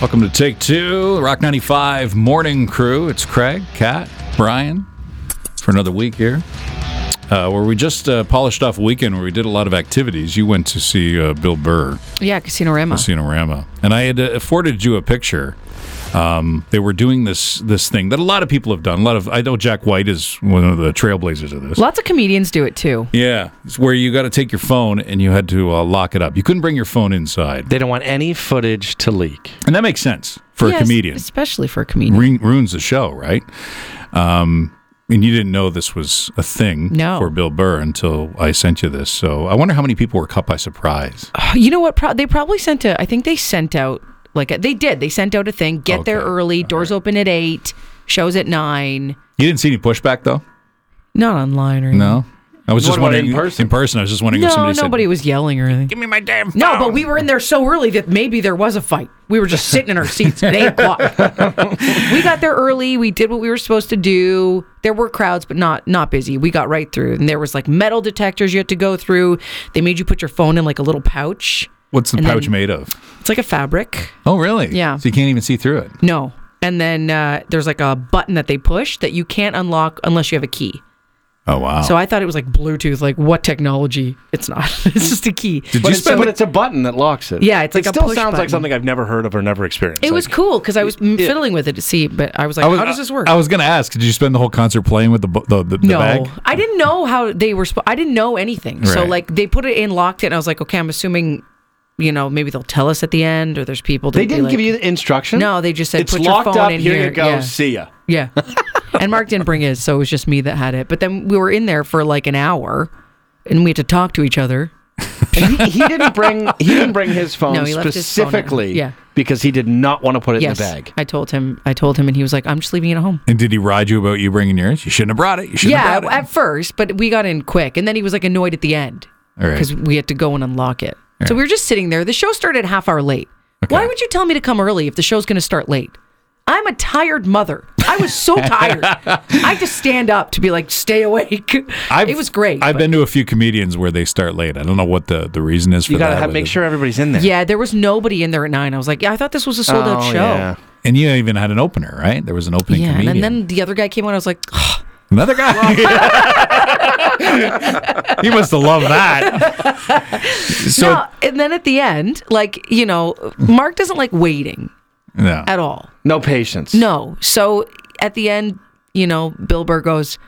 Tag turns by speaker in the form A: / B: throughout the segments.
A: Welcome to Take Two, Rock 95 Morning Crew. It's Craig, Kat, Brian for another week here. Uh, where we just uh, polished off a weekend where we did a lot of activities. You went to see uh, Bill Burr,
B: Yeah, Casino Rama.
A: Cinorama, and I had uh, afforded you a picture. Um, they were doing this this thing that a lot of people have done. A lot of I know Jack White is one of the trailblazers of this.
B: Lots of comedians do it too.
A: Yeah, it's where you got to take your phone and you had to uh, lock it up. You couldn't bring your phone inside,
C: They don't want any footage to leak.
A: and that makes sense for
B: Yes,
A: a comedian.
B: Especially for a comedian.
A: ruin, ruins the show, right? Um, and you didn't know this was a thing
B: No.
A: for Bill Burr until I sent you this. So I wonder how many people were caught by surprise.
B: You know what? Pro- they probably sent a, I think they sent out, like, a, they did. They sent out a thing get there
A: Okay,
B: early, doors open at eight, shows at nine.
A: You didn't see any pushback though,
B: Not online or anything.
A: no. I was
C: What
A: just
C: about
A: wondering
C: in person?
A: I was just wondering if
B: No,
A: somebody
B: nobody
A: said,
B: was yelling or anything.
A: "Give me my damn phone."
B: No, but we were in there so early that maybe there was a fight. We were just sitting in our seats at eight o'clock. we got there early. We did what we were supposed to do. There were crowds, but not not busy. We got right through, and there was like metal detectors you had to go through. They made you put your phone in like a little pouch.
A: What's the
B: and
A: pouch
B: then-
A: made of?
B: It's like a fabric.
A: Oh, really?
B: Yeah.
A: So you can't even see through it.
B: No, and then uh, there's like a button that they push that you can't unlock unless you have a key.
A: Oh, wow.
B: So I thought it was like Bluetooth. Like what technology? It's not. it's just a key.
A: Did
C: But,
A: you
C: it's,
A: spend?
C: but it's a button that locks it.
B: Yeah, it's
C: It
B: like a
C: still
B: push
C: sounds
B: button.
C: like something I've never heard of or never experienced.
B: It
C: Like,
B: was cool because I was mm,
C: Yeah.
B: fiddling with it to see, but I was like,
A: I was,
B: "How does this work?"
A: I was going to ask. Did you spend the whole concert playing with the bu- the, the, the
B: no,
A: bag?
B: I didn't know how they were. Sp- I didn't know anything. So
A: Right.
B: like they put it in, locked it, and I was like, "Okay, I'm assuming, you know, maybe they'll tell us at the end, or there's people." that
C: They
B: would be
C: didn't
B: like-
C: give you the instruction.
B: No, they just said,
C: it's
B: "Put your
C: locked
B: phone
C: up.
B: in
C: here,
B: here."
C: you go.
B: Yeah.
C: See ya.
B: Yeah, and Mark didn't bring his, so it was just me that had it. But then we were in there for like an hour, and we had to talk to each other.
C: And he, he didn't bring he didn't bring his phone
B: No, he left his phone at home.
C: specifically
B: Yeah.
C: because he did not want to put it
B: yes,
C: in the bag.
B: I told him. I told him, and he was like, "I'm just leaving it at home."
A: And did he ride you about you bringing yours? You shouldn't have brought it. You shouldn't
B: Yeah,
A: have brought it.
B: at first, but we got in quick, and then he was like annoyed at the end
A: All right.
B: because we had to go and unlock it. So we were just sitting there. The show started half hour late. Why would you tell me to come early if the show's going to start late? I'm a tired mother. I was so tired. I had to stand up to be like, stay awake. it was great.
A: I've
B: but-
A: been to a few comedians where they start late. I don't know what the, the reason is for
C: You gotta
A: that.
C: have,
A: whether-
C: make sure everybody's in there.
B: Yeah, there was nobody in there at nine. I was like, yeah, I thought this was a sold out
C: Oh,
B: show.
C: yeah.
A: And you even had an opener, right? There was an opening
B: Yeah, and then,
A: comedian.
B: then the other guy came on. I was like,
A: Another guy. he must have loved that. So
B: no. And then at the end, like, you know, Mark doesn't like waiting
A: no.
B: at all.
C: No patience.
B: No. So at the end, you know, Bill Burr goes,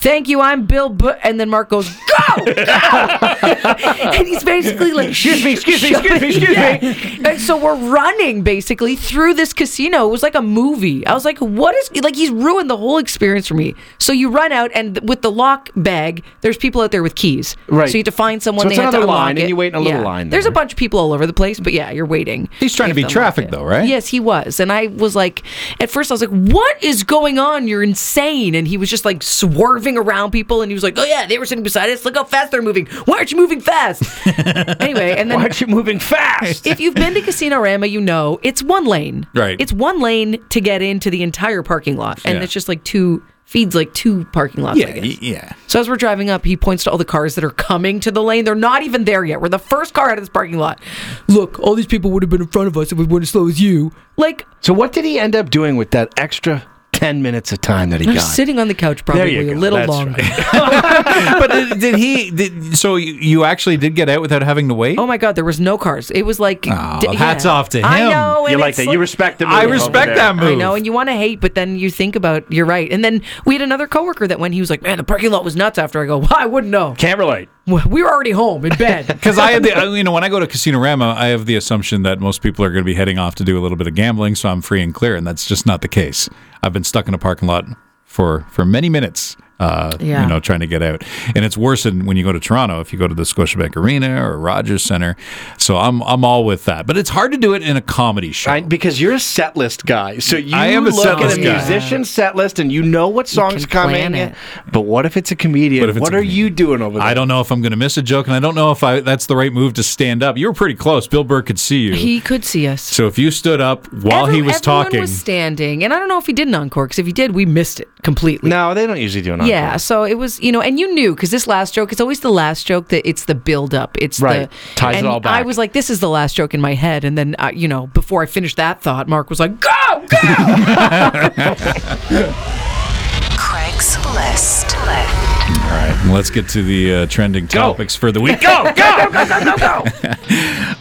B: Thank you, I'm Bill Burr. And then Mark goes, Go! go!" and he's basically like, Excuse me, excuse me, excuse me, excuse me. And so we're running basically through this casino. It was like a movie. I was like, What is, like, he's ruined the whole experience for me. So you run out, and th- with the lock bag, there's people out there with keys.
C: Right.
B: So you have to find someone.
C: So
B: they
C: it's
B: have to
C: another
B: unlock
C: line, and
B: it.
C: you wait in a little
B: Yeah.
C: line
B: There's a
C: there.
B: bunch of people all over the place, but yeah, you're waiting.
A: He's trying to
B: They
A: beat
B: have unlock
A: traffic,
B: it.
A: though, right?
B: Yes, he was. And I was like, at first, I was like, what is going on? You're insane. And he was just like swerving around people. And he was like, oh, yeah, they were sitting beside us. Look how fast they're moving. Why aren't you moving fast? anyway, and
C: Why
B: then
C: aren't you moving fast?
B: if you've been to Casino Rama, you know it's one lane.
A: Right.
B: It's one lane to get into the entire parking lot. And
A: Yeah.
B: it's just like two, feeds like two parking lots, I
A: yeah,
B: guess.
A: y- yeah.
B: So as we're driving up, he points to all the cars that are coming to the lane. They're not even there yet. We're the first car out of this parking lot. Look, all these people would have been in front of us if we weren't as slow as you. Like,
C: so what did he end up doing with that extra ten minutes of time that he
B: I'm
C: got?
B: sitting on the couch
C: there
B: probably
C: you
B: a
C: go.
B: little
C: That's
B: longer.
C: right.
A: But uh, did, did he? Did, so you, you actually did get out without having to wait?
B: Oh my God, there was no cars. It was like,
A: Oh,
B: d-
A: hats off to
B: I
A: him.
B: know.
C: You
B: and
C: like
B: it's
C: that? you respect the.
A: I
C: move over
A: respect
C: there.
A: that move.
B: I know, and you want to hate, but then you think about you're right. And then we had another coworker that when he was like, "Man, the parking lot was nuts." After I go, well, I wouldn't know.
C: Can't relate.
B: We were already home in bed.
A: Because I, had the, I- you know, when I go to Casino Rama, I have the assumption that most people are going to be heading off to do a little bit of gambling, so I'm free and clear, and that's just not the case. I've been stuck in a parking lot for for many minutes uh,
B: Yeah.
A: you know, trying to get out. And it's worse than when you go to Toronto if you go to the Scotiabank Arena or Rogers Center. So I'm I'm all with that. But it's hard to do it in a comedy show.
C: I, because you're a set list guy, so you
A: I am a
C: look
A: set
C: at
A: list
C: a
A: guy.
C: musician's set list and you know what songs
B: can
C: come
B: plan
C: in.
B: it.
C: But what if it's a comedian?
A: But if it's
C: what
A: a
C: are
A: comedian?
C: you doing over there?
A: I don't know if I'm going to miss a joke, and I don't know if I that's the right move to stand up. You were pretty close. Bill Burr could see you.
B: He could see us.
A: so if you stood up while
B: Every-
A: he was
B: everyone
A: talking,
B: was standing, and I don't know if he did an encore. Because if he did, we missed it completely.
C: No, they don't usually do an encore.
B: Yeah, so it was, you know, and you knew because this last joke, it's always the last joke that it's the build up. It's
C: Right.
B: the
C: Ties it
B: and
C: all back.
B: I was like, this is the last joke in my head, and then uh, you know, before I finished that thought, Mark was like, go, go.
D: Craig's List.
A: all right, let's get to the uh, trending topics for the week.
C: Go, go, go, go, go, go.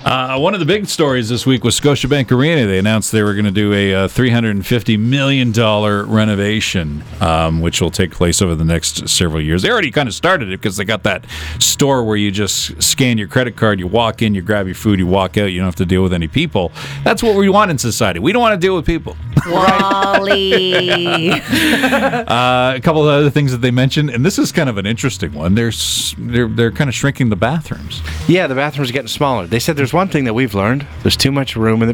A: Uh, one of the big stories this week was Scotiabank Arena. They announced they were going to do a uh, $350 million renovation, um, which will take place over the next several years. They already kind of started it because they got that store where you just scan your credit card, you walk in, you grab your food, you walk out, you don't have to deal with any people. That's what we want in society. We don't want to deal with people.
B: Wally.
A: Uh, a couple of other things that they mentioned, and this is kind of an interesting one. They're, s- they're, they're kind of shrinking the bathrooms.
C: Yeah, the bathrooms are getting smaller. They said there's one thing that we've learned: there's too much room in the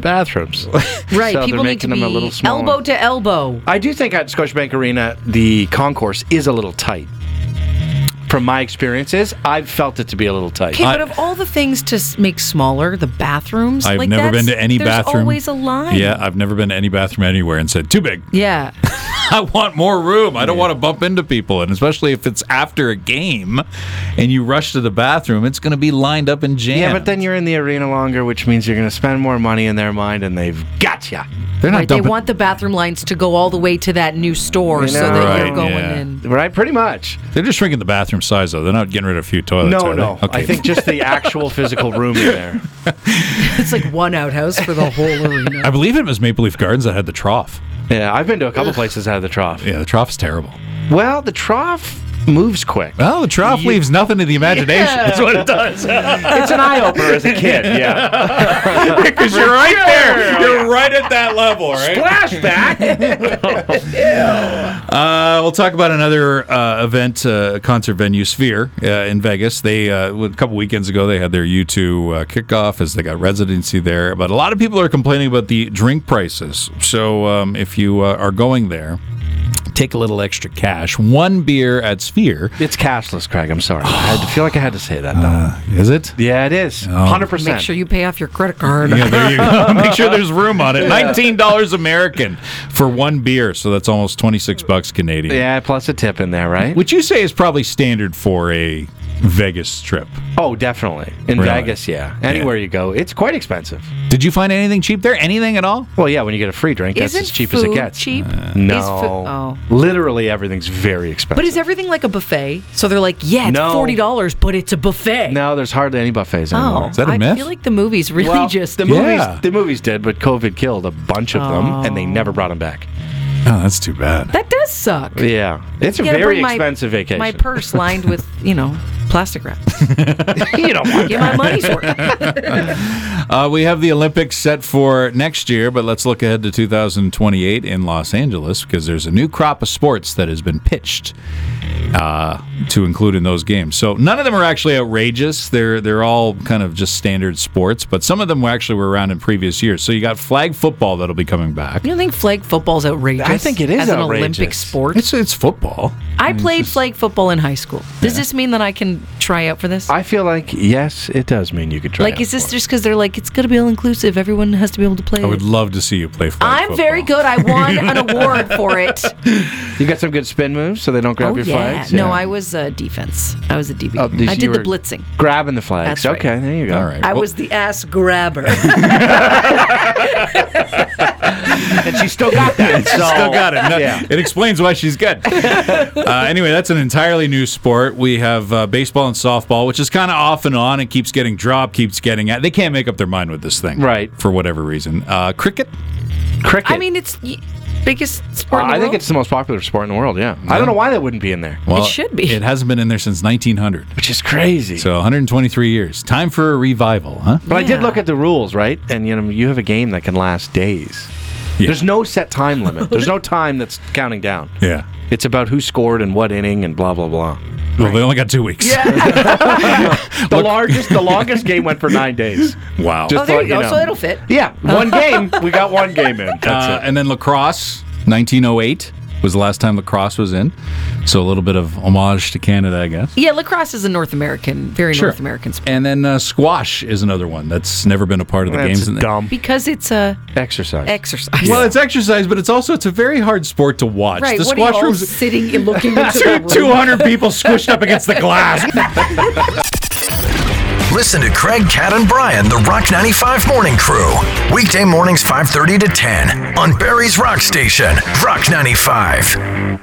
C: bathrooms.
B: right,
C: So they're
B: people need to
C: making
B: be
C: them a little smaller.
B: elbow to elbow.
C: I do think at Scotiabank Arena the concourse is a little tight. From my experiences, I've felt it to be a little tight.
B: Okay, but
A: I-
B: of all the things to s- make smaller, the bathrooms.
A: I've
B: like
A: never been
B: that's-
A: to any
B: there's
A: bathroom.
B: Always a line.
A: Yeah, I've never been to any bathroom anywhere and said, too big.
B: Yeah.
A: I want more room. I don't want to bump into people. And especially if it's after a game and you rush to the bathroom, it's going to be lined up and jammed.
C: Yeah, but then you're in the arena longer, which means you're going to spend more money in their mind, and they've got ya.
A: they're not
B: Right, they
A: dumping.
B: want the bathroom lines to go all the way to that new store so
C: know.
B: that
A: Right,
B: you're going
A: yeah.
B: in.
C: Right, pretty much.
A: they're just shrinking the bathroom size, though. They're not getting rid of a few toilets.
C: no,
A: are they?
C: no. I think just the actual physical room in there.
B: It's like one outhouse for the whole arena.
A: I believe it was Maple Leaf Gardens that had the trough.
C: Yeah, I've been to a couple places out of the trough.
A: Yeah, the trough's terrible.
C: Well, the trough moves quick.
A: Well, the trough leaves nothing to the imagination. That's Oh, what it does.
C: It's an eye opener as a kid. Yeah.
A: Because you're right there. You're right at that level, right?
C: Flashback.
A: Uh, we'll talk about another uh, event, uh, concert venue, Sphere uh, in Vegas. They uh, a couple weekends ago they had their U2 uh, kickoff as they got residency there. But a lot of people are complaining about the drink prices. So um, if you uh, are going there, take a little extra cash. One beer at Sphere
C: It's cashless, Craig. I'm sorry. I had to feel like I had to say that. Though.
A: is it?
C: yeah, it
A: oh.
C: is. Hundred percent.
B: Make sure you pay off your credit card.
A: Yeah, there you go. Make sure there's room on it. Nineteen dollars American for one beer, so that's almost twenty six bucks Canadian.
C: Yeah, plus a tip in there, right?
A: Which you say is probably standard for a Vegas trip.
C: oh, definitely. In
A: Really?
C: Vegas, yeah. Anywhere you go, it's quite expensive.
A: Did you find anything cheap there? Anything at all?
C: Well, yeah, when you get a free drink, that's
B: Isn't
C: as cheap
B: food
C: as it gets.
B: cheap?
A: Uh,
C: No.
B: Is food- oh.
C: Literally everything's very expensive.
B: But is everything like a buffet? So they're like, yeah, it's
C: No.
B: forty dollars, but it's a buffet.
C: No, there's hardly any buffets
B: oh,
C: anymore.
A: Is that a
B: I
A: myth?
B: feel like the movies really
C: Well,
B: just
C: the
A: Yeah.
C: movies the movies did, but COVID killed a bunch of them and they never brought them back.
A: Oh, that's too bad.
B: that does suck.
C: Yeah. It's a
B: Gotta
C: very
B: bring my-
C: expensive vacation.
B: My purse lined with you know plastic wrap.
C: you don't want
B: Get my money's worth.
A: Uh, we have the Olympics set for next year, but let's look ahead to 2028 in Los Angeles because there's a new crop of sports that has been pitched uh, to include in those games. So none of them are actually outrageous. They're they're all kind of just standard sports, but some of them were actually were around in previous years. So you got flag football that'll be coming back.
B: You don't think flag football's outrageous?
C: I think it is
B: as an
C: outrageous.
B: Olympic sport.
A: It's it's football.
B: I played flag football in high school. Does this mean that I can try out for this?
C: I feel like yes, it does mean you could try.
B: like,
C: out
B: is this
C: for
B: just because they're like, it's got to be all inclusive? Everyone has to be able to play.
A: I would love to see you play flag
B: I'm
A: football.
B: very good. I won an award for it.
C: it. you got some good spin moves, so they don't grab
B: oh
C: your
B: yeah.
C: flags.
B: No, I was uh, defense. I was a DB.
C: Oh,
B: I
C: you
B: did the
C: were
B: blitzing.
C: grabbing the flags.
B: That's right.
C: Okay, there you go.
A: All right.
B: I
A: well-
B: was the ass grabber.
C: and she still got that.
A: She
C: so-
A: still got it. No,
C: Yeah.
A: It explains why she's good. uh, anyway, that's an entirely new sport. We have uh, baseball and softball, which is kind of off and on and keeps getting dropped, keeps getting at. They can't make up their mind with this thing,
C: Right.
A: For whatever reason, uh, cricket.
C: Cricket.
B: I mean, it's y- biggest
C: Uh,
B: sport. in the
C: I think
B: world.
C: it's the most popular sport in the world. Yeah. I don't know why that wouldn't be in there,
A: Well,
B: should be.
A: It hasn't been in there since 1900,
C: which is crazy.
A: so 123 years. Time for a revival, huh?
C: But I
B: Yeah.
C: did look at the rules, right? And you know, you have a game that can last days.
A: Yeah.
C: There's no set time limit. There's no time that's counting down.
A: Yeah.
C: It's about who scored and what inning and blah blah blah.
A: Well, they only got two weeks.
C: The largest, the longest game went for nine days.
A: Wow.
B: Oh, there
C: thought,
B: you
C: you
B: go.
C: know.
B: So it'll fit.
C: Yeah, one game. We got one game in. That's
A: Uh, and then lacrosse, 1908 was the last time lacrosse was in. So a little bit of homage to Canada, I guess.
B: Yeah, lacrosse is a North American, very
A: Sure.
B: North American sport
A: And then uh, squash is another one that's never been a part of the
C: That's
A: games. in the-
C: dumb
B: because it's a
C: exercise.
B: exercise.
A: Well, it's exercise, but it's also it's a very hard sport to watch.
B: right.
A: The
B: what are
A: squash
B: you all
A: room's
B: sitting and looking into the room?
A: 200 people squished up against the glass.
E: Listen to Craig, Cat, and Brian, the Rock 95 Morning Crew. Weekday mornings 5.30 to 10 on Barry's Rock Station, Rock 95.